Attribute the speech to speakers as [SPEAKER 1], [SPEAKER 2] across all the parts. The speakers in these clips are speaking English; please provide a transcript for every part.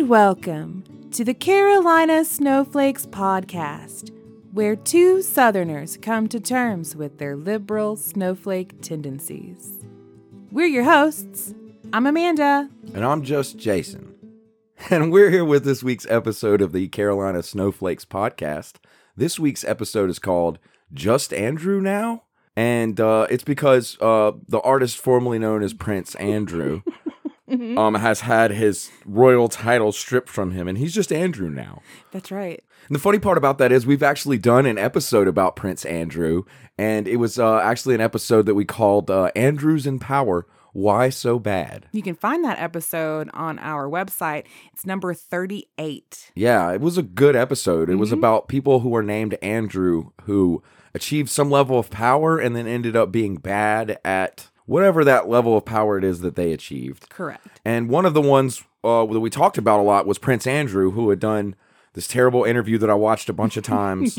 [SPEAKER 1] welcome to the Carolina Snowflakes podcast, where two Southerners come to terms with their liberal snowflake tendencies. We're your hosts. I'm Amanda.
[SPEAKER 2] And I'm just Jason. And we're here with this week's episode of the Carolina Snowflakes podcast. This week's episode is called Just Andrew Now. And uh, it's because uh, the artist formerly known as Prince Andrew um, has had his royal title stripped from him, and he's just Andrew now.
[SPEAKER 1] That's right.
[SPEAKER 2] And the funny part about that is we've actually done an episode about Prince Andrew, and it was uh, actually an episode that we called uh, Andrews in Power Why So Bad?
[SPEAKER 1] You can find that episode on our website. It's number 38.
[SPEAKER 2] Yeah, it was a good episode. It was about people who were named Andrew who achieved some level of power and then ended up being bad at whatever that level of power it is that they achieved.
[SPEAKER 1] Correct.
[SPEAKER 2] And one of the ones uh, that we talked about a lot was Prince Andrew, who had done this terrible interview that I watched a bunch of times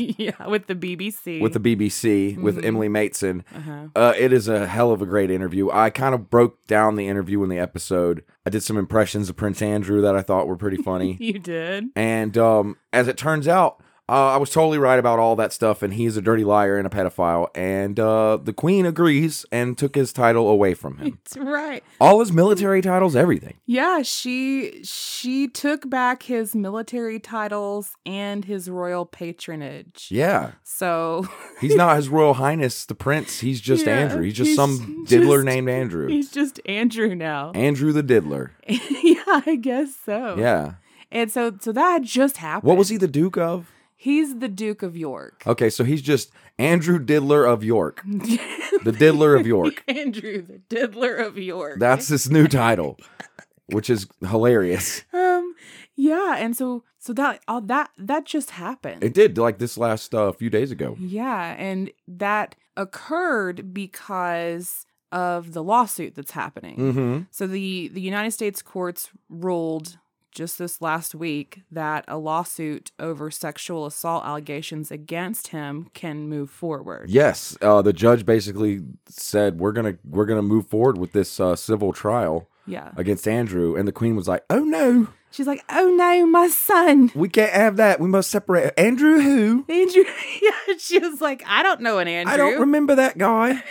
[SPEAKER 1] yeah, with the BBC.
[SPEAKER 2] with the BBC with Emily Maitson.
[SPEAKER 1] Uh-huh.
[SPEAKER 2] Uh, it is a hell of a great interview. I kind of broke down the interview in the episode. I did some impressions of Prince Andrew that I thought were pretty funny.
[SPEAKER 1] You did.
[SPEAKER 2] And um, as it turns out, uh, I was totally right about all that stuff, and he's a dirty liar and a pedophile. And uh, the queen agrees and took his title away from him.
[SPEAKER 1] That's right.
[SPEAKER 2] all his military titles, everything.
[SPEAKER 1] Yeah, she she took back his military titles and his royal patronage.
[SPEAKER 2] Yeah.
[SPEAKER 1] So
[SPEAKER 2] He's not His Royal Highness the Prince. He's just
[SPEAKER 1] Yeah,
[SPEAKER 2] Andrew. He's just
[SPEAKER 1] he's
[SPEAKER 2] some diddler
[SPEAKER 1] just-
[SPEAKER 2] named Andrew.
[SPEAKER 1] he's just Andrew now.
[SPEAKER 2] Andrew the Diddler.
[SPEAKER 1] yeah, I guess so.
[SPEAKER 2] Yeah.
[SPEAKER 1] And so so that just happened.
[SPEAKER 2] What was he the Duke of?
[SPEAKER 1] He's the Duke of York.
[SPEAKER 2] Okay, so he's just Andrew Diddler of York. The Diddler of York.
[SPEAKER 1] Andrew the Diddler of York.
[SPEAKER 2] That's his new title, which is hilarious.
[SPEAKER 1] um yeah, and so so that all that that just happened.
[SPEAKER 2] It did like this last uh, few days ago.
[SPEAKER 1] Yeah, and that occurred because of the lawsuit that's happening.
[SPEAKER 2] Mm-hmm.
[SPEAKER 1] So the the United States courts ruled just this last week that a lawsuit over sexual assault allegations against him can move forward.
[SPEAKER 2] Yes, uh, the judge basically said we're gonna we're gonna move forward with this uh, civil trial
[SPEAKER 1] Yeah.
[SPEAKER 2] against Andrew, and the Queen was like, "Oh no,
[SPEAKER 1] She's like, "Oh no, my son."
[SPEAKER 2] we can't have that. We must separate Andrew. Who
[SPEAKER 1] Andrew, yeah, she was like, I don't know an Andrew.
[SPEAKER 2] I don't remember that guy.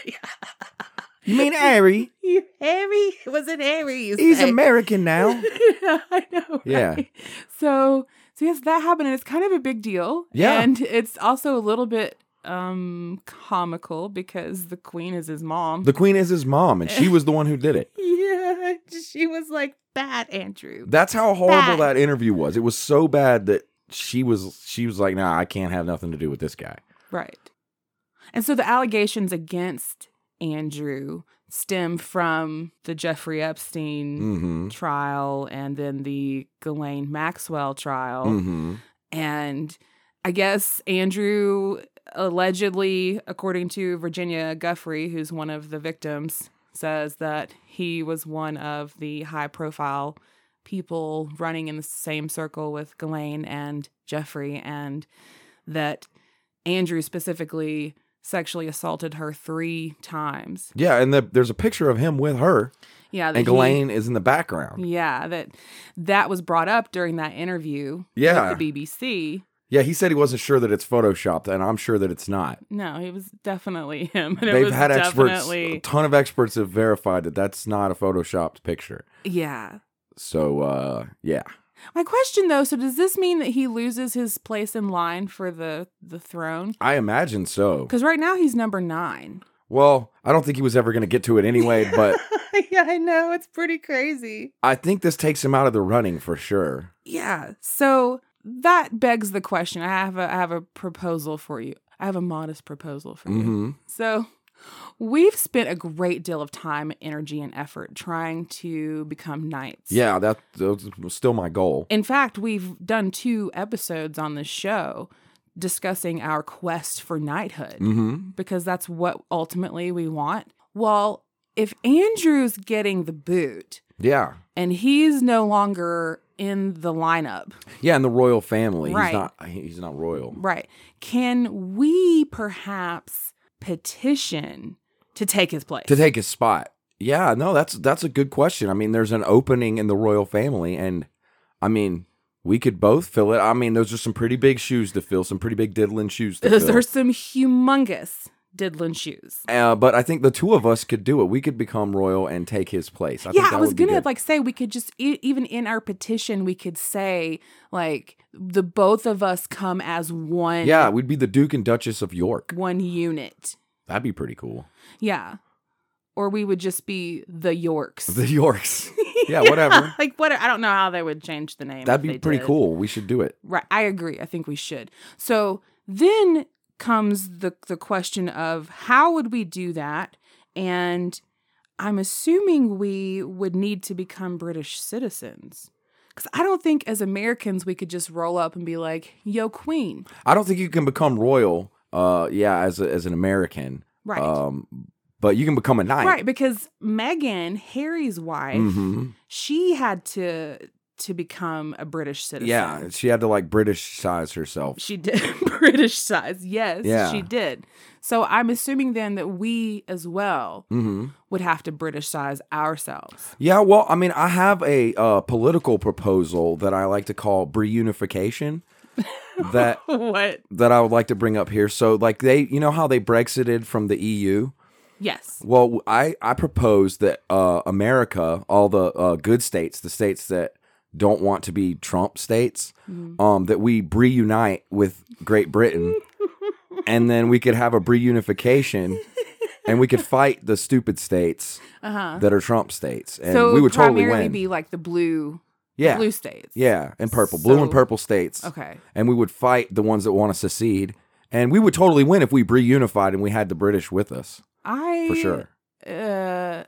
[SPEAKER 2] you mean Harry?
[SPEAKER 1] You- Harry was it Harry? You
[SPEAKER 2] He's
[SPEAKER 1] say?
[SPEAKER 2] American now.
[SPEAKER 1] yeah, I know.
[SPEAKER 2] Yeah.
[SPEAKER 1] right? So, so yes, that happened, and it's kind of a big deal.
[SPEAKER 2] Yeah.
[SPEAKER 1] and it's also a little bit um comical because the queen is his mom.
[SPEAKER 2] The Queen is his mom, and she was the one who did it.
[SPEAKER 1] yeah, she was like bad Andrew.
[SPEAKER 2] That's how horrible
[SPEAKER 1] Bad.
[SPEAKER 2] that interview was. It was so bad that she was she was like, "Nah, I can't have nothing to do with this guy."
[SPEAKER 1] Right. And so the allegations against Andrew stem from the Jeffrey Epstein
[SPEAKER 2] Mm-hmm.
[SPEAKER 1] trial and then the Ghislaine Maxwell trial.
[SPEAKER 2] Mm-hmm.
[SPEAKER 1] And I guess Andrew allegedly, according to Virginia Guffrey, who's one of the victims, says that he was one of the high profile people running in the same circle with Ghislaine and Jeffrey, and that Andrew specifically sexually assaulted her three times.
[SPEAKER 2] Yeah, and the, there's a picture of him with her,
[SPEAKER 1] Yeah, that
[SPEAKER 2] and
[SPEAKER 1] he-
[SPEAKER 2] Ghislaine is in the background.
[SPEAKER 1] yeah, that that was brought up during that interview
[SPEAKER 2] Yeah.
[SPEAKER 1] with the BBC.
[SPEAKER 2] Yeah, he said he wasn't sure that it's photoshopped, and I'm sure that it's not.
[SPEAKER 1] No, it was definitely him. And it
[SPEAKER 2] They've
[SPEAKER 1] was
[SPEAKER 2] had experts, a
[SPEAKER 1] definitely
[SPEAKER 2] ton of experts have verified that that's not a photoshopped picture.
[SPEAKER 1] yeah.
[SPEAKER 2] So, uh, yeah,
[SPEAKER 1] My question though, so does this mean that he loses his place in line for the the throne?
[SPEAKER 2] I imagine so.
[SPEAKER 1] Because right now he's number nine.
[SPEAKER 2] Well, I don't think he was ever going to get to it anyway, but
[SPEAKER 1] yeah, I know it's pretty crazy.
[SPEAKER 2] I think this takes him out of the running for sure.
[SPEAKER 1] Yeah, so that begs the question. I have a I have a proposal for you. I have a modest proposal for you.
[SPEAKER 2] hmm
[SPEAKER 1] So, we've spent a great deal of time, energy, and effort trying to become knights.
[SPEAKER 2] Yeah, that, that was still my goal.
[SPEAKER 1] In fact, we've done two episodes on this show discussing our quest for knighthood
[SPEAKER 2] Mm-hmm.
[SPEAKER 1] because that's what ultimately we want. Well, if Andrew's getting the boot
[SPEAKER 2] Yeah,
[SPEAKER 1] and he's no longer in the lineup,
[SPEAKER 2] yeah, and the royal family.
[SPEAKER 1] Right.
[SPEAKER 2] He's not. He's not royal.
[SPEAKER 1] right, can we perhaps petition to take his place?
[SPEAKER 2] to take his spot. Yeah, no, that's that's a good question. I mean, there's an opening in the royal family, and I mean, We could both fill it. I mean, those are some pretty big shoes to fill, some pretty big diddling shoes to
[SPEAKER 1] Those
[SPEAKER 2] fill.
[SPEAKER 1] are some humongous diddlin shoes.
[SPEAKER 2] uh, but I think the two of us could do it. We could become royal and take his place. I
[SPEAKER 1] yeah,
[SPEAKER 2] think that
[SPEAKER 1] I was
[SPEAKER 2] would be
[SPEAKER 1] gonna
[SPEAKER 2] good.
[SPEAKER 1] like say we could just e- even in our petition we could say like the both of us come as one.
[SPEAKER 2] yeah, we'd be the Duke and Duchess of York.
[SPEAKER 1] one unit.
[SPEAKER 2] That'd be pretty cool.
[SPEAKER 1] Yeah, or we would just be the Yorks.
[SPEAKER 2] The Yorks. Yeah, whatever.
[SPEAKER 1] like what? I don't know how they would change the name.
[SPEAKER 2] That'd
[SPEAKER 1] if
[SPEAKER 2] be
[SPEAKER 1] they
[SPEAKER 2] pretty
[SPEAKER 1] did.
[SPEAKER 2] cool. We should do it.
[SPEAKER 1] Right. I agree. I think we should. So then comes the the question of how would we do that? And I'm assuming we would need to become British citizens. Cuz I don't think as Americans we could just roll up and be like, "Yo queen."
[SPEAKER 2] I don't think you can become royal. Uh, yeah, as a, as an American.
[SPEAKER 1] Right.
[SPEAKER 2] Um, but you can become a knight.
[SPEAKER 1] right, because Meghan, Harry's wife,
[SPEAKER 2] hmm
[SPEAKER 1] she had to to become a British citizen.
[SPEAKER 2] Yeah, she had to like British size herself.
[SPEAKER 1] She did British size. Yes,
[SPEAKER 2] Yeah.
[SPEAKER 1] she did. So I'm assuming then that we as well
[SPEAKER 2] hmm
[SPEAKER 1] would have to British size ourselves.
[SPEAKER 2] Yeah, well, I mean, I have a uh, political proposal that I like to call reunification. that
[SPEAKER 1] What?
[SPEAKER 2] that I would like to bring up here. So, like they, you know how they Brexited from the E EU.
[SPEAKER 1] Yes.
[SPEAKER 2] Well, I I propose that uh, America, all the uh, good states, the states that don't want to be Trump states,
[SPEAKER 1] Mm-hmm.
[SPEAKER 2] um, that we reunite with Great Britain, and then we could have a reunification, and we could fight the stupid states
[SPEAKER 1] Uh-huh.
[SPEAKER 2] that are Trump states, and
[SPEAKER 1] so
[SPEAKER 2] we would totally
[SPEAKER 1] primarily
[SPEAKER 2] win.
[SPEAKER 1] be like the blue
[SPEAKER 2] yeah,
[SPEAKER 1] blue states.
[SPEAKER 2] yeah, and purple, blue and
[SPEAKER 1] So-
[SPEAKER 2] purple states,
[SPEAKER 1] Okay.
[SPEAKER 2] and we would fight the ones that want to secede, and we would totally win if we reunified and we had the British with us
[SPEAKER 1] I
[SPEAKER 2] for sure.
[SPEAKER 1] Uh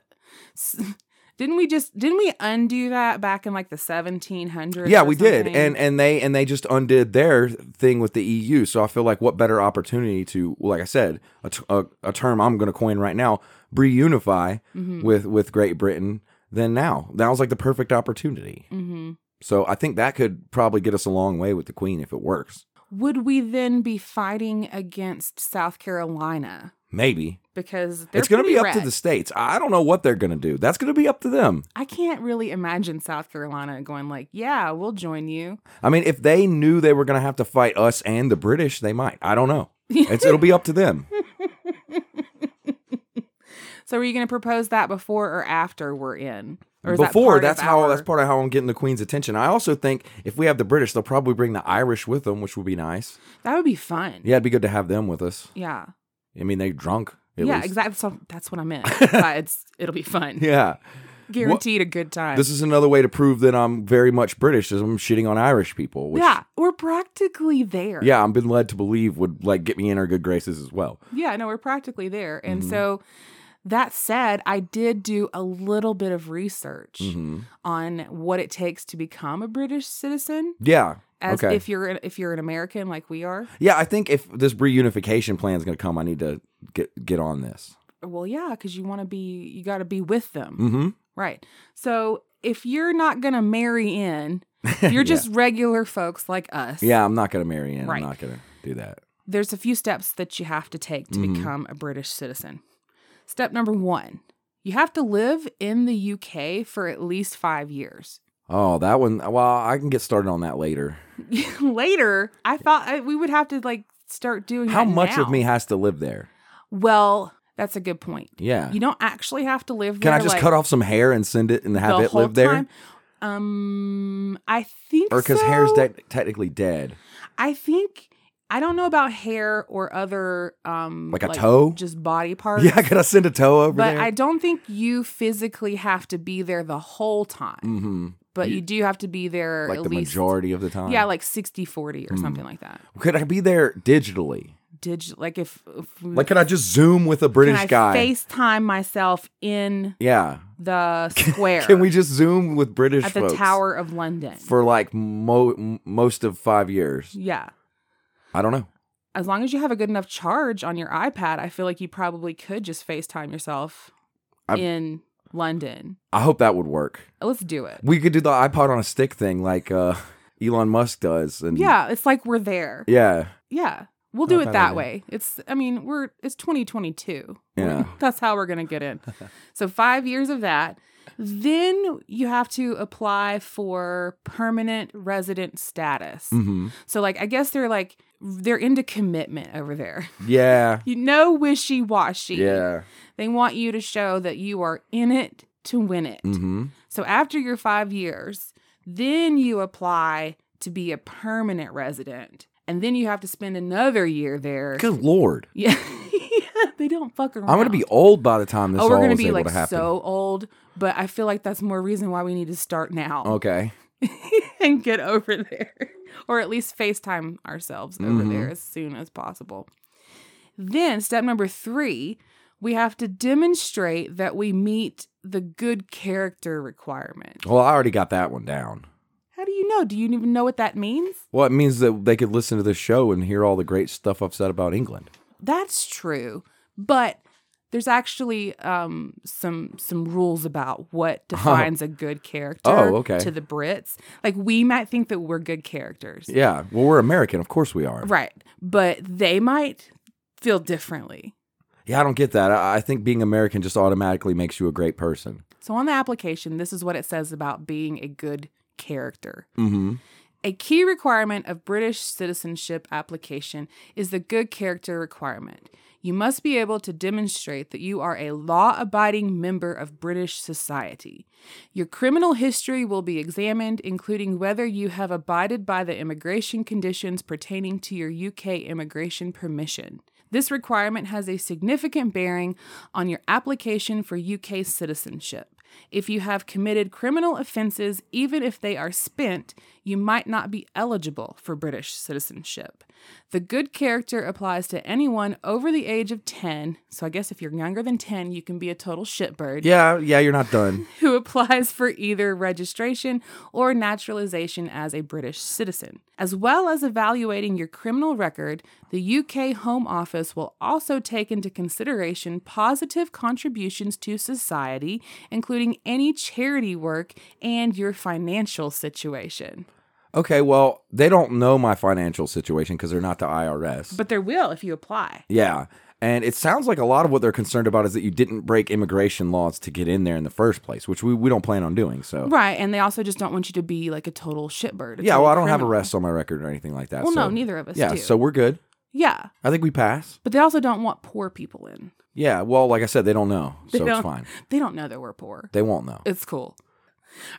[SPEAKER 1] s- didn't we just didn't we undo that back in like the 1700s?
[SPEAKER 2] yeah
[SPEAKER 1] or
[SPEAKER 2] we did
[SPEAKER 1] something?
[SPEAKER 2] and and they and they just undid their thing with the eu so i feel like what better opportunity to well, like i said a, t- a, a term i'm going to coin right now reunify
[SPEAKER 1] Mhm.
[SPEAKER 2] with with great britain than now that was like the perfect opportunity
[SPEAKER 1] Mhm.
[SPEAKER 2] so i think that could probably get us a long way with the queen if it works
[SPEAKER 1] would we then be fighting against South Carolina
[SPEAKER 2] maybe
[SPEAKER 1] because they're
[SPEAKER 2] it's going to
[SPEAKER 1] pretty
[SPEAKER 2] be up to
[SPEAKER 1] red.
[SPEAKER 2] the states i don't know what they're going to do that's going to be up to them
[SPEAKER 1] I can't really imagine South Carolina going like, "Yeah, we'll join you."
[SPEAKER 2] i mean if they knew they were going to have to fight us and the british they might i don't know it's, it'll be up to them
[SPEAKER 1] So, are you going to propose that before or after we're in? Or is that
[SPEAKER 2] before
[SPEAKER 1] part of
[SPEAKER 2] that's how
[SPEAKER 1] our-
[SPEAKER 2] that's part of how I'm getting the Queen's attention. I also think if we have the British, they'll probably bring the Irish with them, which would be nice.
[SPEAKER 1] That would be fun.
[SPEAKER 2] Yeah, it'd be good to have them with us.
[SPEAKER 1] yeah,
[SPEAKER 2] I mean, they're drunk. At
[SPEAKER 1] yeah.
[SPEAKER 2] least.
[SPEAKER 1] Exactly. So that's what I meant. but it's it'll be fun.
[SPEAKER 2] Yeah,
[SPEAKER 1] Guaranteed a good time.
[SPEAKER 2] this is another way to prove that I'm very much British, is I'm shitting on Irish people. Which,
[SPEAKER 1] yeah, we're practically there.
[SPEAKER 2] yeah, I've been led to believe would like get me in her good graces as well.
[SPEAKER 1] yeah. No, we're practically there. And
[SPEAKER 2] Mm-hmm.
[SPEAKER 1] so, that said, I did do a little bit of research
[SPEAKER 2] hmm
[SPEAKER 1] on what it takes to become a British citizen.
[SPEAKER 2] Yeah,
[SPEAKER 1] As
[SPEAKER 2] Okay.
[SPEAKER 1] if you're an- if you're an American like we are,
[SPEAKER 2] yeah. I think if this reunification plan is going to come, I need to get get on this.
[SPEAKER 1] Well, yeah, because you want to be, you got to be with them.
[SPEAKER 2] Mm-hmm.
[SPEAKER 1] Right. So if you're not going to marry in, you're just regular folks like us.
[SPEAKER 2] Yeah, I'm not going to marry in.
[SPEAKER 1] Right.
[SPEAKER 2] I'm not going to do that.
[SPEAKER 1] There's a few steps that you have to take to
[SPEAKER 2] Mhm.
[SPEAKER 1] become a British citizen. Step number one you have to live in the UK for at least five years.
[SPEAKER 2] Oh, that one. Well, I can get started on that later.
[SPEAKER 1] Later, I thought I, we would have to like start doing
[SPEAKER 2] How
[SPEAKER 1] that
[SPEAKER 2] much of
[SPEAKER 1] now.
[SPEAKER 2] me has to live there?
[SPEAKER 1] Well, that's a good point.
[SPEAKER 2] Yeah.
[SPEAKER 1] You don't actually have to live
[SPEAKER 2] Can
[SPEAKER 1] there.
[SPEAKER 2] I just
[SPEAKER 1] like,
[SPEAKER 2] cut off some hair and send it and have
[SPEAKER 1] the
[SPEAKER 2] it
[SPEAKER 1] whole
[SPEAKER 2] live there?
[SPEAKER 1] time? Um, I think
[SPEAKER 2] Or because hair's
[SPEAKER 1] so.
[SPEAKER 2] de- technically dead.
[SPEAKER 1] I think I don't know about hair or other um
[SPEAKER 2] Like a toe?
[SPEAKER 1] just body parts.
[SPEAKER 2] Yeah, could I send a toe over
[SPEAKER 1] but
[SPEAKER 2] there?
[SPEAKER 1] I don't think you physically have to be there the whole time.
[SPEAKER 2] mm-hmm.
[SPEAKER 1] But
[SPEAKER 2] You-
[SPEAKER 1] you, do have to be there
[SPEAKER 2] Like
[SPEAKER 1] at
[SPEAKER 2] the
[SPEAKER 1] least
[SPEAKER 2] majority of the time.
[SPEAKER 1] yeah, like 60 40 or
[SPEAKER 2] Mm.
[SPEAKER 1] something like that.
[SPEAKER 2] could I be there digitally?
[SPEAKER 1] Did like if, if
[SPEAKER 2] Like, could I just zoom with a British
[SPEAKER 1] can I
[SPEAKER 2] guy?
[SPEAKER 1] FaceTime myself in
[SPEAKER 2] yeah.
[SPEAKER 1] the square
[SPEAKER 2] Can we just zoom with British
[SPEAKER 1] at the
[SPEAKER 2] folks
[SPEAKER 1] Tower of London?
[SPEAKER 2] for like mo- m- most of five years?
[SPEAKER 1] yeah.
[SPEAKER 2] I don't know.
[SPEAKER 1] As long as you have a good enough charge on your iPad, I feel like you probably could just FaceTime yourself
[SPEAKER 2] I've-
[SPEAKER 1] in London.
[SPEAKER 2] I hope that would work.
[SPEAKER 1] Let's do it.
[SPEAKER 2] We could do the iPod on a stick thing like uh, Elon Musk does. And
[SPEAKER 1] Yeah, it's like we're there.
[SPEAKER 2] Yeah.
[SPEAKER 1] Yeah. We'll do
[SPEAKER 2] Oh,
[SPEAKER 1] it
[SPEAKER 2] that
[SPEAKER 1] that
[SPEAKER 2] idea.
[SPEAKER 1] way. It's I mean, we're it's 2022.
[SPEAKER 2] Yeah.
[SPEAKER 1] That's how we're going to get in. so 5 years of that. Then you have to apply for permanent resident status.
[SPEAKER 2] Mm-hmm.
[SPEAKER 1] So like I guess they're like they're into commitment over there.
[SPEAKER 2] Yeah.
[SPEAKER 1] You know wishy-washy.
[SPEAKER 2] Yeah.
[SPEAKER 1] They want you to show that you are in it to win it.
[SPEAKER 2] Mm-hmm.
[SPEAKER 1] So after your five years, then you apply to be a permanent resident. And then you have to spend another year there.
[SPEAKER 2] Good lord.
[SPEAKER 1] Yeah. Yeah, they don't fuck around.
[SPEAKER 2] I'm gonna be old by the time this
[SPEAKER 1] Oh, we're
[SPEAKER 2] all
[SPEAKER 1] gonna
[SPEAKER 2] is
[SPEAKER 1] be
[SPEAKER 2] able
[SPEAKER 1] like
[SPEAKER 2] to happen.
[SPEAKER 1] so old, but I feel like that's more reason why we need to start now
[SPEAKER 2] okay.
[SPEAKER 1] and get over there. Or at least FaceTime ourselves over
[SPEAKER 2] Mhm.
[SPEAKER 1] there as soon as possible. Then, step number three, we have to demonstrate that we meet the good character requirement.
[SPEAKER 2] Well, I already got that one down.
[SPEAKER 1] How do you know? Do you even know what that means?
[SPEAKER 2] Well, it means that they could listen to this show and hear all the great stuff I've said about England.
[SPEAKER 1] That's true, but there's actually um, some some rules about what defines a good character.
[SPEAKER 2] Oh, okay.
[SPEAKER 1] To the Brits, like we might think that we're good characters,
[SPEAKER 2] Yeah. Well, we're American, of course we are.
[SPEAKER 1] right? But they might feel differently.
[SPEAKER 2] Yeah, I don't get that. I, I think being American just automatically makes you a great person.
[SPEAKER 1] So on the application, this is what it says about being a good character.
[SPEAKER 2] Mm-hmm.
[SPEAKER 1] A key requirement of British citizenship application is the good character requirement. You must be able to demonstrate that you are a law abiding member of British society. Your criminal history will be examined, including whether you have abided by the immigration conditions pertaining to your UK immigration permission. This requirement has a significant bearing on your application for UK citizenship. If you have committed criminal offenses, even if they are spent, you might not be eligible for British citizenship. The good character applies to anyone over the age of 10, so I guess if you're younger than 10, you can be a total shitbird,
[SPEAKER 2] Yeah. Yeah. You're not done.
[SPEAKER 1] who applies for either registration or naturalization as a British citizen. As well as evaluating your criminal record, the UK Home Office will also take into consideration positive contributions to society, including any charity work and your financial situation.
[SPEAKER 2] okay. Well, they don't know my financial situation because they're not the IRS.
[SPEAKER 1] But there will if you apply.
[SPEAKER 2] yeah. And it sounds like a lot of what they're concerned about is that you didn't break immigration laws to get in there in the first place, which we, we don't plan on doing. So,
[SPEAKER 1] Right, and they also just don't want you to be like a total shitbird. a
[SPEAKER 2] yeah,
[SPEAKER 1] total
[SPEAKER 2] well, I don't have
[SPEAKER 1] criminal.
[SPEAKER 2] arrests on my record or anything like that.
[SPEAKER 1] Well, no,
[SPEAKER 2] so-
[SPEAKER 1] neither of us
[SPEAKER 2] Yeah,
[SPEAKER 1] do.
[SPEAKER 2] so we're good.
[SPEAKER 1] yeah,
[SPEAKER 2] I think we pass.
[SPEAKER 1] but they also don't want poor people in.
[SPEAKER 2] Yeah, well, like I said, they don't know,
[SPEAKER 1] They
[SPEAKER 2] so
[SPEAKER 1] don't-
[SPEAKER 2] it's fine.
[SPEAKER 1] They don't know that we're poor.
[SPEAKER 2] They won't know.
[SPEAKER 1] It's cool.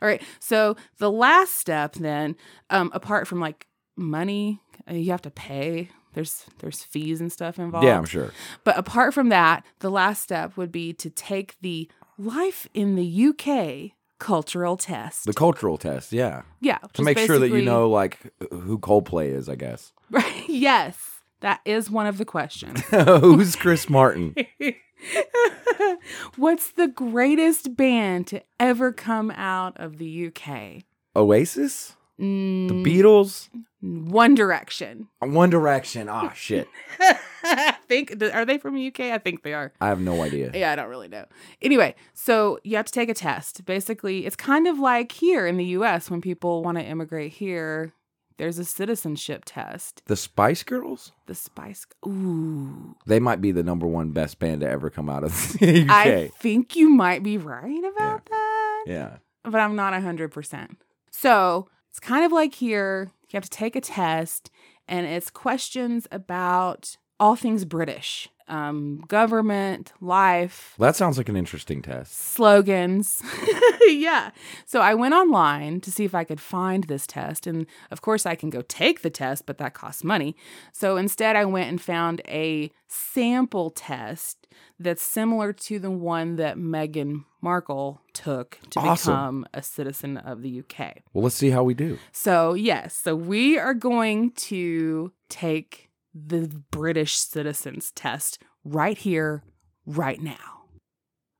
[SPEAKER 1] All right. So the last step then, um, apart from like money, uh, you have to pay. There's there's fees and stuff involved.
[SPEAKER 2] Yeah, I'm sure.
[SPEAKER 1] But apart from that, the last step would be to take the life in the UK cultural test.
[SPEAKER 2] The cultural test, yeah,
[SPEAKER 1] yeah.
[SPEAKER 2] to make sure that you know like who Coldplay is, I guess.
[SPEAKER 1] Right. Yes. That is one of the questions.
[SPEAKER 2] Who's Chris Martin?
[SPEAKER 1] What's the greatest band to ever come out of the UK?
[SPEAKER 2] Oasis? The
[SPEAKER 1] Mm,
[SPEAKER 2] Beatles?
[SPEAKER 1] One Direction.
[SPEAKER 2] One Direction. Ah, shit.
[SPEAKER 1] I think are they from UK? I think they are.
[SPEAKER 2] I have no idea.
[SPEAKER 1] Yeah, I don't really know. Anyway, so you have to take a test. Basically, it's kind of like here in the US when people want to immigrate here, there's a citizenship test.
[SPEAKER 2] The Spice Girls?
[SPEAKER 1] The Spice Ooh.
[SPEAKER 2] They might be the number one best band to ever come out of the UK.
[SPEAKER 1] I think you might be right about that,
[SPEAKER 2] yeah.
[SPEAKER 1] but I'm not 100%. So, it's kind of like here, you have to take a test and it's questions about all things British. Um, government, life,
[SPEAKER 2] Well, that sounds like an interesting test.
[SPEAKER 1] slogans. yeah. So I went online to see if I could find this test. And of course, I can go take the test, but that costs money. So instead, I went and found a sample test that's similar to the one that Meghan Markle took to
[SPEAKER 2] Awesome.
[SPEAKER 1] become a citizen of the UK.
[SPEAKER 2] Well, let's see how we do.
[SPEAKER 1] So, yes, so we are going to take the British citizens test right here, right now.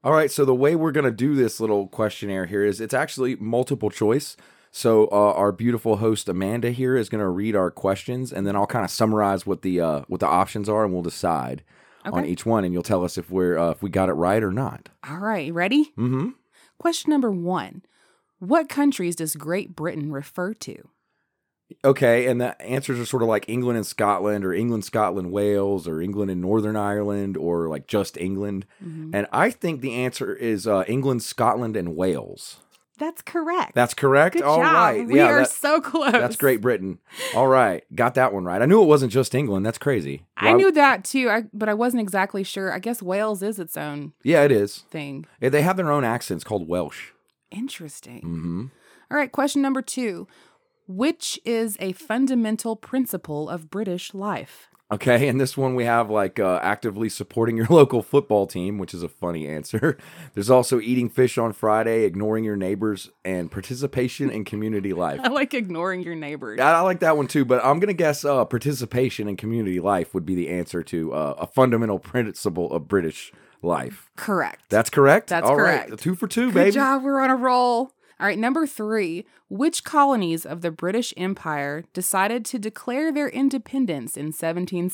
[SPEAKER 2] All right, so the way we're going to do this little questionnaire here is it's actually multiple choice. So uh, our beautiful host Amanda here is going to read our questions, and then I'll kind of summarize what the uh, what the options are, and we'll decide on E-
[SPEAKER 1] Okay.
[SPEAKER 2] each one, and you'll tell us if we're uh, if we got it right or not.
[SPEAKER 1] All right, ready?
[SPEAKER 2] Mm-hmm.
[SPEAKER 1] Question number one What countries does Great Britain refer to?
[SPEAKER 2] Okay, and the answers are sort of like England and Scotland, or England, Scotland, Wales, or England and Northern Ireland, or like just England.
[SPEAKER 1] Mhm.
[SPEAKER 2] And I think the answer is uh, England, Scotland, and Wales.
[SPEAKER 1] That's correct.
[SPEAKER 2] That's correct.
[SPEAKER 1] Good
[SPEAKER 2] All
[SPEAKER 1] job.
[SPEAKER 2] right,
[SPEAKER 1] We
[SPEAKER 2] yeah,
[SPEAKER 1] are
[SPEAKER 2] that-
[SPEAKER 1] so close.
[SPEAKER 2] that's Great Britain. All right, got that one right. I knew it wasn't just England. That's crazy.
[SPEAKER 1] I
[SPEAKER 2] Why-
[SPEAKER 1] knew that too, I, but I wasn't exactly sure. I guess Wales is its own
[SPEAKER 2] Yeah, it is.
[SPEAKER 1] thing.
[SPEAKER 2] Yeah, They have their own accents called Welsh.
[SPEAKER 1] Interesting.
[SPEAKER 2] hmm
[SPEAKER 1] All right, question number two. Which is a fundamental principle of British life?
[SPEAKER 2] Okay, and this one we have like uh, actively supporting your local football team, which is a funny answer. There's also eating fish on Friday, ignoring your neighbors, and participation in community life.
[SPEAKER 1] I like ignoring your neighbors.
[SPEAKER 2] I, I like that one too, but I'm gonna guess uh, participation in community life would be the answer to uh, a fundamental principle of British life.
[SPEAKER 1] Correct.
[SPEAKER 2] That's correct.
[SPEAKER 1] That's
[SPEAKER 2] All right,
[SPEAKER 1] correct.
[SPEAKER 2] Two for two,
[SPEAKER 1] Good
[SPEAKER 2] baby.
[SPEAKER 1] job. We're on a roll. All right, number three. Which colonies of the British Empire decided to declare their independence in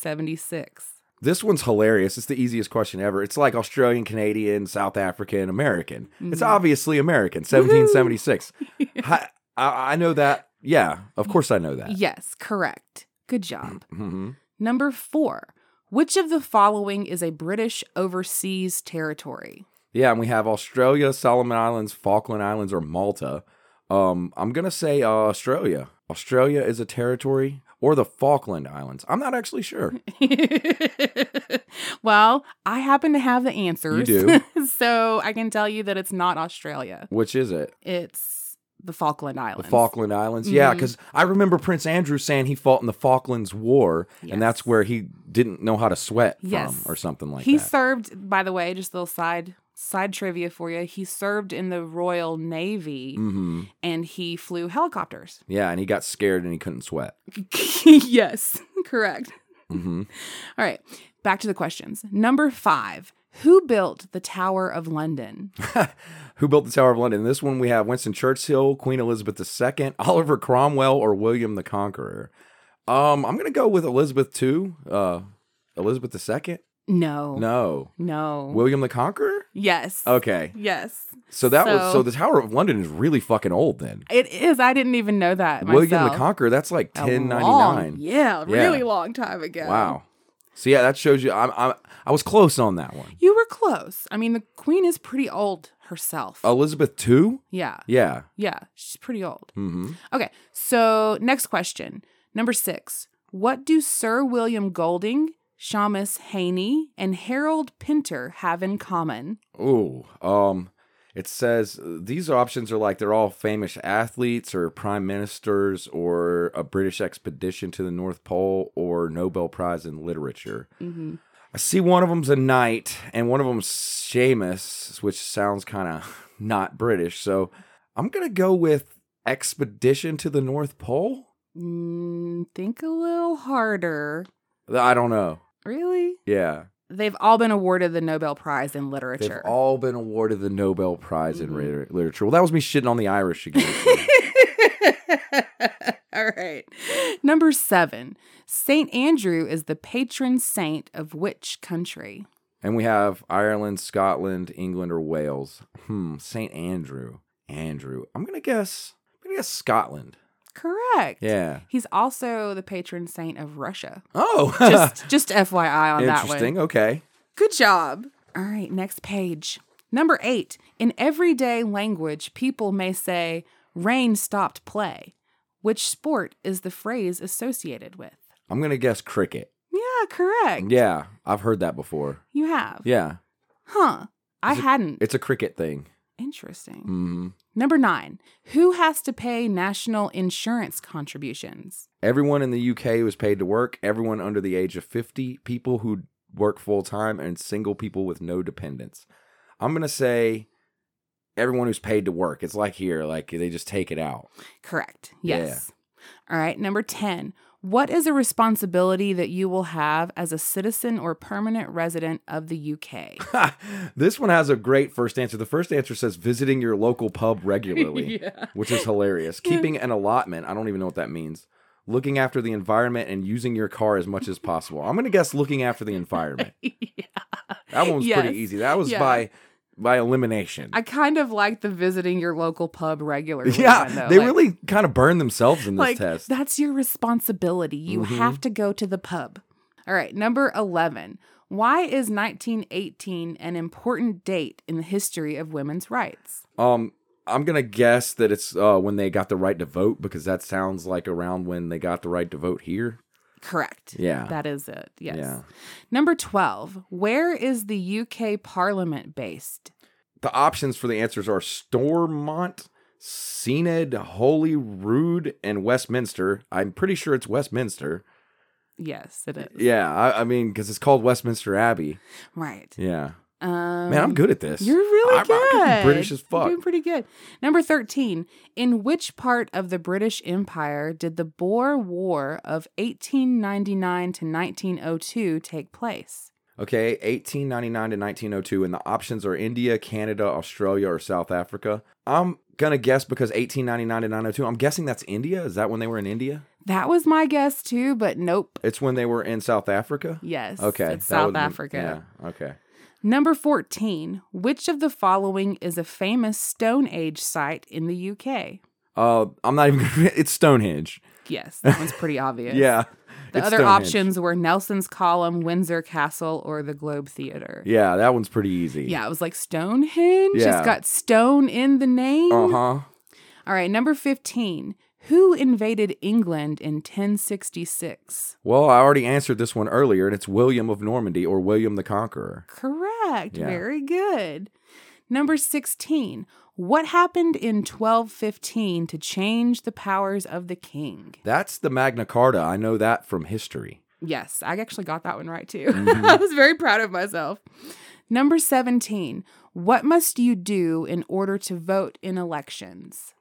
[SPEAKER 1] 1776?
[SPEAKER 2] This one's hilarious. It's the easiest question ever. It's like Australian, Canadian, South African, American. It's obviously American. 1776. Hi- I, I know that. Yeah, of course I know that.
[SPEAKER 1] Yes, correct. Good job.
[SPEAKER 2] hmm
[SPEAKER 1] Number four. Which of the following is a British overseas territory?
[SPEAKER 2] Yeah, and we have Australia, Solomon Islands, Falkland Islands, or Malta. Um, I'm gonna say uh, Australia. Australia is a territory, or the Falkland Islands. I'm not actually sure.
[SPEAKER 1] well, I happen to have the answers.
[SPEAKER 2] You
[SPEAKER 1] so I can tell you that it's not Australia.
[SPEAKER 2] Which is it?
[SPEAKER 1] It's the Falkland
[SPEAKER 2] The
[SPEAKER 1] Islands.
[SPEAKER 2] Falkland Islands. Yeah,
[SPEAKER 1] Mhm.
[SPEAKER 2] because I remember Prince Andrew saying he fought in the Falklands War,
[SPEAKER 1] Yes.
[SPEAKER 2] and that's where he didn't know how to sweat
[SPEAKER 1] Yes.
[SPEAKER 2] from, or something like
[SPEAKER 1] he
[SPEAKER 2] that.
[SPEAKER 1] served, by the way, just a little side side trivia for you. He served in the Royal Navy
[SPEAKER 2] hmm
[SPEAKER 1] and he flew helicopters.
[SPEAKER 2] Yeah, and he got scared and he couldn't sweat.
[SPEAKER 1] yes, correct.
[SPEAKER 2] hmm
[SPEAKER 1] All right, back to the questions. Number five. Who built the Tower of London?
[SPEAKER 2] Who built the Tower of London? This one we have Winston Churchill, Queen Elizabeth II, Oliver Cromwell, or William the Conqueror. Um, I'm gonna go with Elizabeth II. Uh, Elizabeth II?
[SPEAKER 1] No.
[SPEAKER 2] No,
[SPEAKER 1] No.
[SPEAKER 2] William the Conqueror.
[SPEAKER 1] yes.
[SPEAKER 2] Okay,
[SPEAKER 1] Yes.
[SPEAKER 2] so that was
[SPEAKER 1] So-
[SPEAKER 2] so the Tower of London is really fucking old then.
[SPEAKER 1] It is. I didn't even know that.
[SPEAKER 2] William the
[SPEAKER 1] myself.
[SPEAKER 2] Conqueror, that's like
[SPEAKER 1] A
[SPEAKER 2] 1099.
[SPEAKER 1] long- Yeah,
[SPEAKER 2] Yeah.
[SPEAKER 1] really long time ago.
[SPEAKER 2] Wow. So yeah, that shows you. I'm, I'm I was close on that one.
[SPEAKER 1] You were close. I mean, the queen is pretty old herself.
[SPEAKER 2] Elizabeth two.
[SPEAKER 1] Yeah.
[SPEAKER 2] Yeah.
[SPEAKER 1] Yeah. She's pretty old.
[SPEAKER 2] Mm-hmm.
[SPEAKER 1] Okay. So, next question. Number six. What do Sir William Golding, Shamus Haney, and Harold Pinter have in common?
[SPEAKER 2] Ooh. Um. It says uh, these options are like they're all famous athletes or prime ministers or a British expedition to the North Pole or Nobel Prize in literature.
[SPEAKER 1] Mm-hmm.
[SPEAKER 2] I see one of them's a knight and one of them's Seamus, which sounds kind of not British. So I'm gonna go with expedition to the North Pole.
[SPEAKER 1] Mm, think a little harder.
[SPEAKER 2] I don't know.
[SPEAKER 1] Really?
[SPEAKER 2] Yeah.
[SPEAKER 1] They've all been awarded the Nobel Prize in literature.
[SPEAKER 2] They've all been awarded the Nobel Prize in
[SPEAKER 1] Mhm.
[SPEAKER 2] liter- literature. Well, that was me shitting on the Irish again.
[SPEAKER 1] All right. Number seven. St. Andrew is the patron saint of which country?
[SPEAKER 2] and we have Ireland, Scotland, England, or Wales. Hmm. St. Andrew. Andrew. I'm gonna guess. I'm gonna guess Scotland.
[SPEAKER 1] Correct.
[SPEAKER 2] Yeah.
[SPEAKER 1] He's also the patron saint of Russia.
[SPEAKER 2] Oh.
[SPEAKER 1] Just, just FYI on that one.
[SPEAKER 2] interesting. Okay.
[SPEAKER 1] Good job. All right. Next page. Number eight. In everyday language, people may say, rain stopped play. Which sport is the phrase associated with?
[SPEAKER 2] I'm gonna guess cricket.
[SPEAKER 1] Yeah, correct.
[SPEAKER 2] Yeah, I've heard that before.
[SPEAKER 1] You have.
[SPEAKER 2] Yeah,
[SPEAKER 1] Huh. I
[SPEAKER 2] Is it-
[SPEAKER 1] hadn't.
[SPEAKER 2] it's a cricket thing.
[SPEAKER 1] Interesting.
[SPEAKER 2] hmm
[SPEAKER 1] Number nine, who has to pay national insurance contributions?
[SPEAKER 2] Everyone in the UK was paid to work. Everyone under the age of 50, people who work full time, and single people with no dependents. I'm going to say everyone who's paid to work. It's like here, like they just take it out.
[SPEAKER 1] Correct.
[SPEAKER 2] Yeah.
[SPEAKER 1] Yes. All right. Number 10, what is a responsibility that you will have as a citizen or permanent resident of the UK?
[SPEAKER 2] this one has a great first answer. The first answer says visiting your local pub regularly,
[SPEAKER 1] yeah.
[SPEAKER 2] which is hilarious. Keeping an allotment. I don't even know what that means. Looking after the environment and using your car as much as possible. I'm going to guess looking after the environment. That one was
[SPEAKER 1] Yes.
[SPEAKER 2] pretty easy. That was
[SPEAKER 1] Yeah.
[SPEAKER 2] by by elimination.
[SPEAKER 1] I kind of like the visiting your local pub regularly.
[SPEAKER 2] yeah,
[SPEAKER 1] one, though.
[SPEAKER 2] they
[SPEAKER 1] Like-
[SPEAKER 2] really kind of burned themselves in this
[SPEAKER 1] like
[SPEAKER 2] test.
[SPEAKER 1] that's your responsibility. You
[SPEAKER 2] Mhm.
[SPEAKER 1] have to go to the pub. All right, number 11. Why is 1918 an important date in the history of women's rights?
[SPEAKER 2] Um, I'm gonna guess that it's uh, when they got the right to vote because that sounds like around when they got the right to vote here.
[SPEAKER 1] Correct.
[SPEAKER 2] Yeah.
[SPEAKER 1] That is it. Yes.
[SPEAKER 2] Yeah.
[SPEAKER 1] Number 12. Where is the UK Parliament based?
[SPEAKER 2] The options for the answers are Stormont, Sened, Holyrood, and Westminster. I'm pretty sure it's Westminster.
[SPEAKER 1] Yes, it is.
[SPEAKER 2] Yeah, I, I mean, because it's called Westminster Abbey.
[SPEAKER 1] Right.
[SPEAKER 2] Yeah,
[SPEAKER 1] Um,
[SPEAKER 2] man, I'm good at this.
[SPEAKER 1] You're really
[SPEAKER 2] I'm-
[SPEAKER 1] good.
[SPEAKER 2] I'm getting British as
[SPEAKER 1] You're
[SPEAKER 2] fuck.
[SPEAKER 1] doing pretty good. Number 13. In which part of the British Empire did the Boer War of 1899 to 1902 take place?
[SPEAKER 2] Okay, 1899 to 1902, and the options are India, Canada, Australia, or South Africa. I'm gonna guess because 1899 to 902. I'm guessing that's India. Is that when they were in India?
[SPEAKER 1] That was my guess too, but nope.
[SPEAKER 2] It's when they were in South Africa.
[SPEAKER 1] Yes.
[SPEAKER 2] Okay,
[SPEAKER 1] It's
[SPEAKER 2] that
[SPEAKER 1] South
[SPEAKER 2] would've been-
[SPEAKER 1] Africa.
[SPEAKER 2] yeah. Okay.
[SPEAKER 1] Number 14. Which of the following is a famous Stone Age site in the UK?
[SPEAKER 2] Uh, I'm not even. Gonna, it's Stonehenge.
[SPEAKER 1] Yes, that one's pretty obvious.
[SPEAKER 2] Yeah.
[SPEAKER 1] The
[SPEAKER 2] it's
[SPEAKER 1] other
[SPEAKER 2] Stonehenge.
[SPEAKER 1] options were Nelson's Column, Windsor Castle, or the Globe Theatre.
[SPEAKER 2] Yeah, that one's pretty easy.
[SPEAKER 1] Yeah, it was like Stonehenge.
[SPEAKER 2] Yeah.
[SPEAKER 1] It's got stone in the name.
[SPEAKER 2] Uh huh.
[SPEAKER 1] All right, number 15. Who invaded England in 1066?
[SPEAKER 2] Well, I already answered this one earlier, and it's William of Normandy or William the Conqueror.
[SPEAKER 1] Correct.
[SPEAKER 2] Yeah.
[SPEAKER 1] Very good. Number 16. What happened in 1215 to change the powers of the king?
[SPEAKER 2] That's the Magna Carta. I know that from history.
[SPEAKER 1] Yes, I actually got that one right too.
[SPEAKER 2] Mm-hmm.
[SPEAKER 1] I was very proud of myself. Number 17. What must you do in order to vote in elections?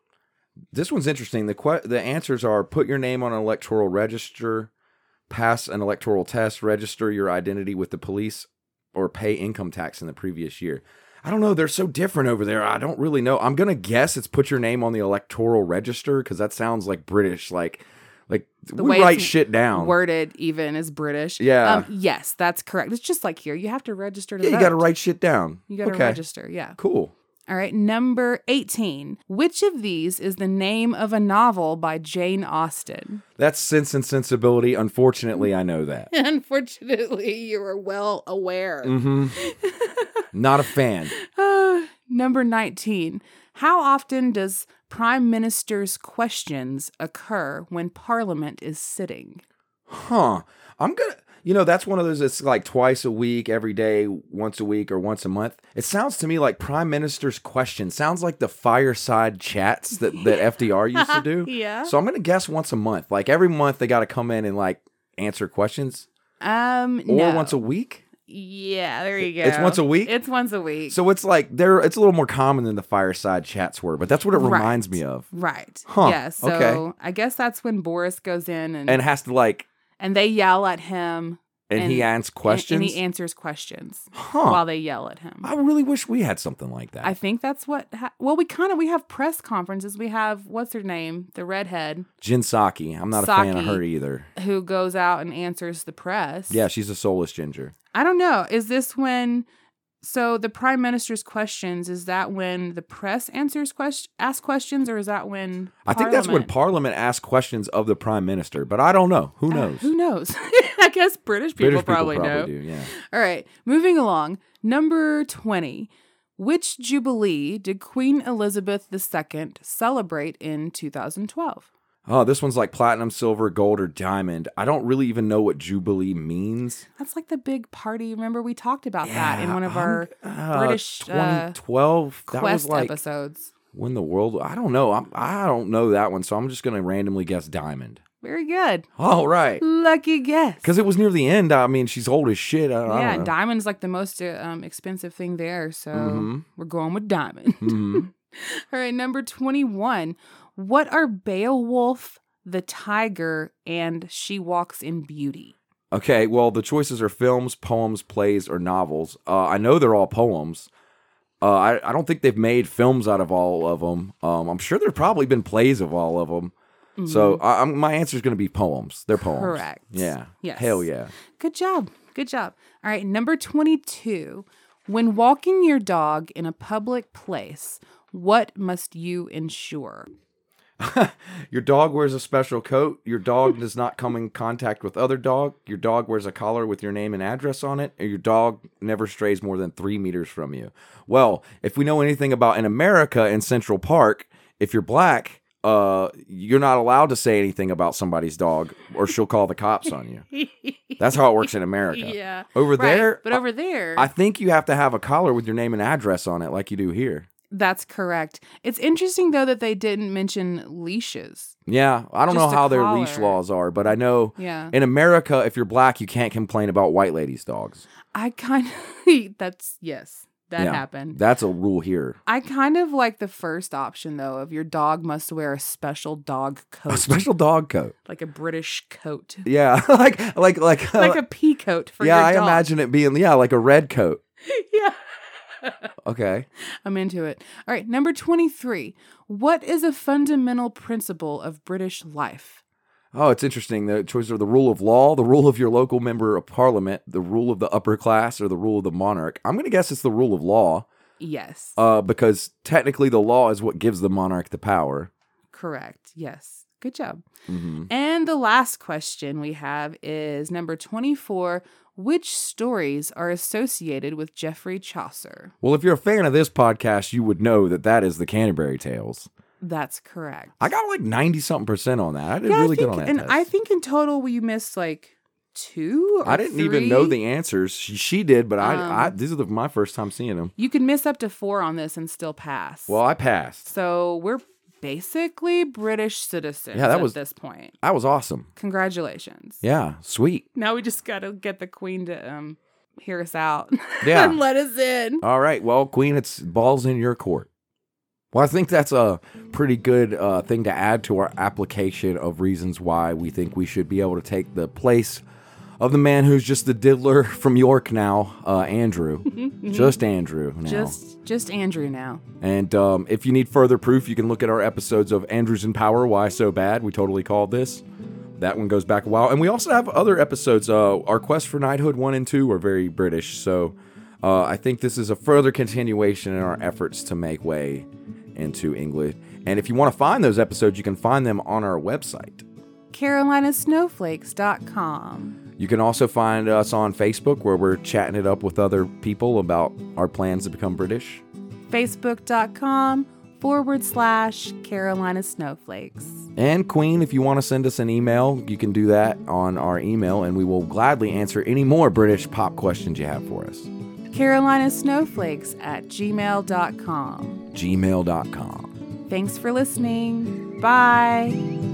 [SPEAKER 2] This one's interesting. The que- the answers are: put your name on an electoral register, pass an electoral test, register your identity with the police, or pay income tax in the previous year. I don't know. They're so different over there. I don't really know. I'm gonna guess it's put your name on the electoral register because that sounds like British. Like, like
[SPEAKER 1] way
[SPEAKER 2] we write
[SPEAKER 1] it's
[SPEAKER 2] shit down.
[SPEAKER 1] Worded even as British.
[SPEAKER 2] Yeah.
[SPEAKER 1] Um, yes, that's correct. It's just like here. You have to register to
[SPEAKER 2] yeah, you
[SPEAKER 1] vote.
[SPEAKER 2] gotta write shit down.
[SPEAKER 1] You gotta
[SPEAKER 2] okay.
[SPEAKER 1] register, yeah.
[SPEAKER 2] Cool.
[SPEAKER 1] All right, number 18. Which of these is the name of a novel by Jane Austen?
[SPEAKER 2] That's sense and sensibility. Unfortunately, I know that.
[SPEAKER 1] Unfortunately, you are well aware.
[SPEAKER 2] hmm Not a fan.
[SPEAKER 1] Ah, number 19. How often does Prime Minister's questions occur when Parliament is sitting?
[SPEAKER 2] Huh. I'm gonna you know, that's one of those that's like twice a week, every day, once a week, or once a month. It sounds to me like Prime Minister's question. Sounds like the fireside chats that, that FDR used to do.
[SPEAKER 1] Yeah.
[SPEAKER 2] So I'm gonna guess once a month. Like every month they gotta come in and like answer questions.
[SPEAKER 1] Um,
[SPEAKER 2] Or
[SPEAKER 1] no.
[SPEAKER 2] once a week.
[SPEAKER 1] Yeah, there you go.
[SPEAKER 2] It's once a week?
[SPEAKER 1] It's once a week.
[SPEAKER 2] So it's like they're it's a little more common than the fireside chats were, but that's what it reminds
[SPEAKER 1] Right.
[SPEAKER 2] me of.
[SPEAKER 1] Right.
[SPEAKER 2] Huh,
[SPEAKER 1] Yeah. So
[SPEAKER 2] okay.
[SPEAKER 1] I guess that's when Boris goes in and
[SPEAKER 2] And it has to like
[SPEAKER 1] and they yell at him
[SPEAKER 2] and, he
[SPEAKER 1] And-
[SPEAKER 2] asks
[SPEAKER 1] and-
[SPEAKER 2] questions.
[SPEAKER 1] and, he answers questions
[SPEAKER 2] huh.
[SPEAKER 1] while they yell at him
[SPEAKER 2] I really wish we had something like that.
[SPEAKER 1] i think that's what ha- well we kind of we have press conferences we have what's her name the redhead
[SPEAKER 2] Jin Saki. I'm not a fan of
[SPEAKER 1] Psaki.
[SPEAKER 2] her either.
[SPEAKER 1] who goes out and answers the press
[SPEAKER 2] Yeah, she's a soulless ginger.
[SPEAKER 1] i don't know is this when so the prime minister's questions is that when the press answers quest- ask questions or is that when
[SPEAKER 2] I think that's when
[SPEAKER 1] Parliament-
[SPEAKER 2] Parliament asks questions of the Prime Minister, but I don't know. Who knows?
[SPEAKER 1] Uh, who knows i guess british people,
[SPEAKER 2] British
[SPEAKER 1] probably, know
[SPEAKER 2] do. Yeah.
[SPEAKER 1] All right, moving along. Number 20. Which jubilee did Queen Elizabeth II celebrate in 2012?
[SPEAKER 2] Oh, this one's like platinum, silver, gold, or diamond. I don't really even know what Jubilee means.
[SPEAKER 1] That's like the big party. Remember, we talked about that in
[SPEAKER 2] Yeah,
[SPEAKER 1] one of
[SPEAKER 2] I'm-
[SPEAKER 1] our
[SPEAKER 2] uh,
[SPEAKER 1] British, uh,
[SPEAKER 2] 2012. that was
[SPEAKER 1] Quest
[SPEAKER 2] like
[SPEAKER 1] episodes.
[SPEAKER 2] when the world. I don't know. I'm, I don't know that one, so I'm just gonna randomly guess diamond.
[SPEAKER 1] Very good.
[SPEAKER 2] All right,
[SPEAKER 1] Lucky guess.
[SPEAKER 2] because it was near the end. I mean, she's old as shit. I, Oh, I
[SPEAKER 1] yeah,
[SPEAKER 2] don't know.
[SPEAKER 1] diamond's like the most uh, um, expensive thing there. So
[SPEAKER 2] Mhm.
[SPEAKER 1] we're going with diamond.
[SPEAKER 2] Mhm.
[SPEAKER 1] All right, number 21. What are Beowulf, the tiger, and She Walks in Beauty?
[SPEAKER 2] Okay, well, the choices are films, poems, plays, or novels. Uh, I know they're all poems. Uh, I, I don't think they've made films out of all of them. Um, I'm sure there have probably been plays of all of them. So I, I'm, my answer is going to be poems. They're poems.
[SPEAKER 1] Mm-hmm. Correct.
[SPEAKER 2] Yeah.
[SPEAKER 1] Yes.
[SPEAKER 2] Hell yeah.
[SPEAKER 1] Good job. Good job. All right, number 22. When walking your dog in a public place, what must you ensure?
[SPEAKER 2] Your dog wears a special coat. Your dog does not come in contact with other dog. Your dog wears a collar with your name and address on it. And your dog never strays more than three meters from you. Well, if we know anything about in America in Central Park, if you're black, uh, you're not allowed to say anything about somebody's dog, or she'll call the cops on you. That's how it works in America.
[SPEAKER 1] yeah.
[SPEAKER 2] Over
[SPEAKER 1] Right,
[SPEAKER 2] there,
[SPEAKER 1] but over there,
[SPEAKER 2] I think you have to have a collar with your name and address on it, like you do here.
[SPEAKER 1] that's correct. It's interesting though that they didn't mention leashes.
[SPEAKER 2] Yeah, I don't
[SPEAKER 1] Just
[SPEAKER 2] know
[SPEAKER 1] a
[SPEAKER 2] how their leash
[SPEAKER 1] collar.
[SPEAKER 2] laws are, but I know
[SPEAKER 1] Yeah,
[SPEAKER 2] In America, if you're black, you can't complain about white ladies' dogs.
[SPEAKER 1] I kind of that's yes, that
[SPEAKER 2] Yeah.
[SPEAKER 1] happened.
[SPEAKER 2] That's a rule here.
[SPEAKER 1] I kind of like the first option though of your dog must wear a special dog coat,
[SPEAKER 2] A special dog coat.
[SPEAKER 1] like a British coat,
[SPEAKER 2] Yeah, like like like.
[SPEAKER 1] like a pea coat for
[SPEAKER 2] yeah,
[SPEAKER 1] your
[SPEAKER 2] I
[SPEAKER 1] dog.
[SPEAKER 2] imagine it being yeah, like a red coat.
[SPEAKER 1] yeah.
[SPEAKER 2] Okay,
[SPEAKER 1] I'm into it. All right, number 23. What is a fundamental principle of British life?
[SPEAKER 2] Oh, it's interesting. The choices are the rule of law, the rule of your local member of parliament, the rule of the upper class, or the rule of the monarch. I'm gonna guess it's the rule of law,
[SPEAKER 1] Yes.
[SPEAKER 2] uh, because technically the law is what gives the monarch the power.
[SPEAKER 1] correct. Yes. Good job.
[SPEAKER 2] hmm
[SPEAKER 1] And the last question we have is number 24. Which stories are associated with Geoffrey Chaucer?
[SPEAKER 2] Well, if you're a fan of this podcast, you would know that that is the Canterbury Tales.
[SPEAKER 1] That's correct.
[SPEAKER 2] I got like ninety something percent on that. I did
[SPEAKER 1] Yeah,
[SPEAKER 2] really
[SPEAKER 1] I think,
[SPEAKER 2] good on that.
[SPEAKER 1] and
[SPEAKER 2] test.
[SPEAKER 1] I think in total we missed like two. Or
[SPEAKER 2] I didn't even know
[SPEAKER 1] three.
[SPEAKER 2] the answers. She, she did, but I, I
[SPEAKER 1] Um,
[SPEAKER 2] these are the, my first time seeing them.
[SPEAKER 1] You can miss up to four on this and still pass.
[SPEAKER 2] Well, I passed.
[SPEAKER 1] so we're basically British citizens
[SPEAKER 2] Yeah, that
[SPEAKER 1] at
[SPEAKER 2] was-
[SPEAKER 1] this point.
[SPEAKER 2] That was awesome.
[SPEAKER 1] Congratulations.
[SPEAKER 2] Yeah, sweet.
[SPEAKER 1] Now we just gotta get the queen to um hear us out.
[SPEAKER 2] Yeah. Oh,
[SPEAKER 1] and let us in.
[SPEAKER 2] All right, well, Queen, it's balls in your court. Well, I think that's a pretty good uh, thing to add to our application of reasons why we think we should be able to take the place of the man who's just the diddler from York now, uh, Andrew. just Andrew now.
[SPEAKER 1] Just just Andrew now.
[SPEAKER 2] And um, if you need further proof, you can look at our episodes of Andrews in Power, Why So Bad. We totally called this. That one goes back a while. And we also have other episodes. Uh, our Quest for Knighthood 1 and 2 are very British. So uh, I think this is a further continuation in our efforts to make way into England. And if you want to find those episodes, you can find them on our website.
[SPEAKER 1] Carolinasnowflakes.com.
[SPEAKER 2] You can also find us on Facebook where we're chatting it up with other people about our plans to become British.
[SPEAKER 1] Facebook.com forward slash Carolina Snowflakes.
[SPEAKER 2] And Queen, if you want to send us an email, you can do that on our email, and we will gladly answer any more British pop questions you have for us.
[SPEAKER 1] Carolina Snowflakes at gmail.com.
[SPEAKER 2] Gmail.com.
[SPEAKER 1] Thanks for listening. Bye.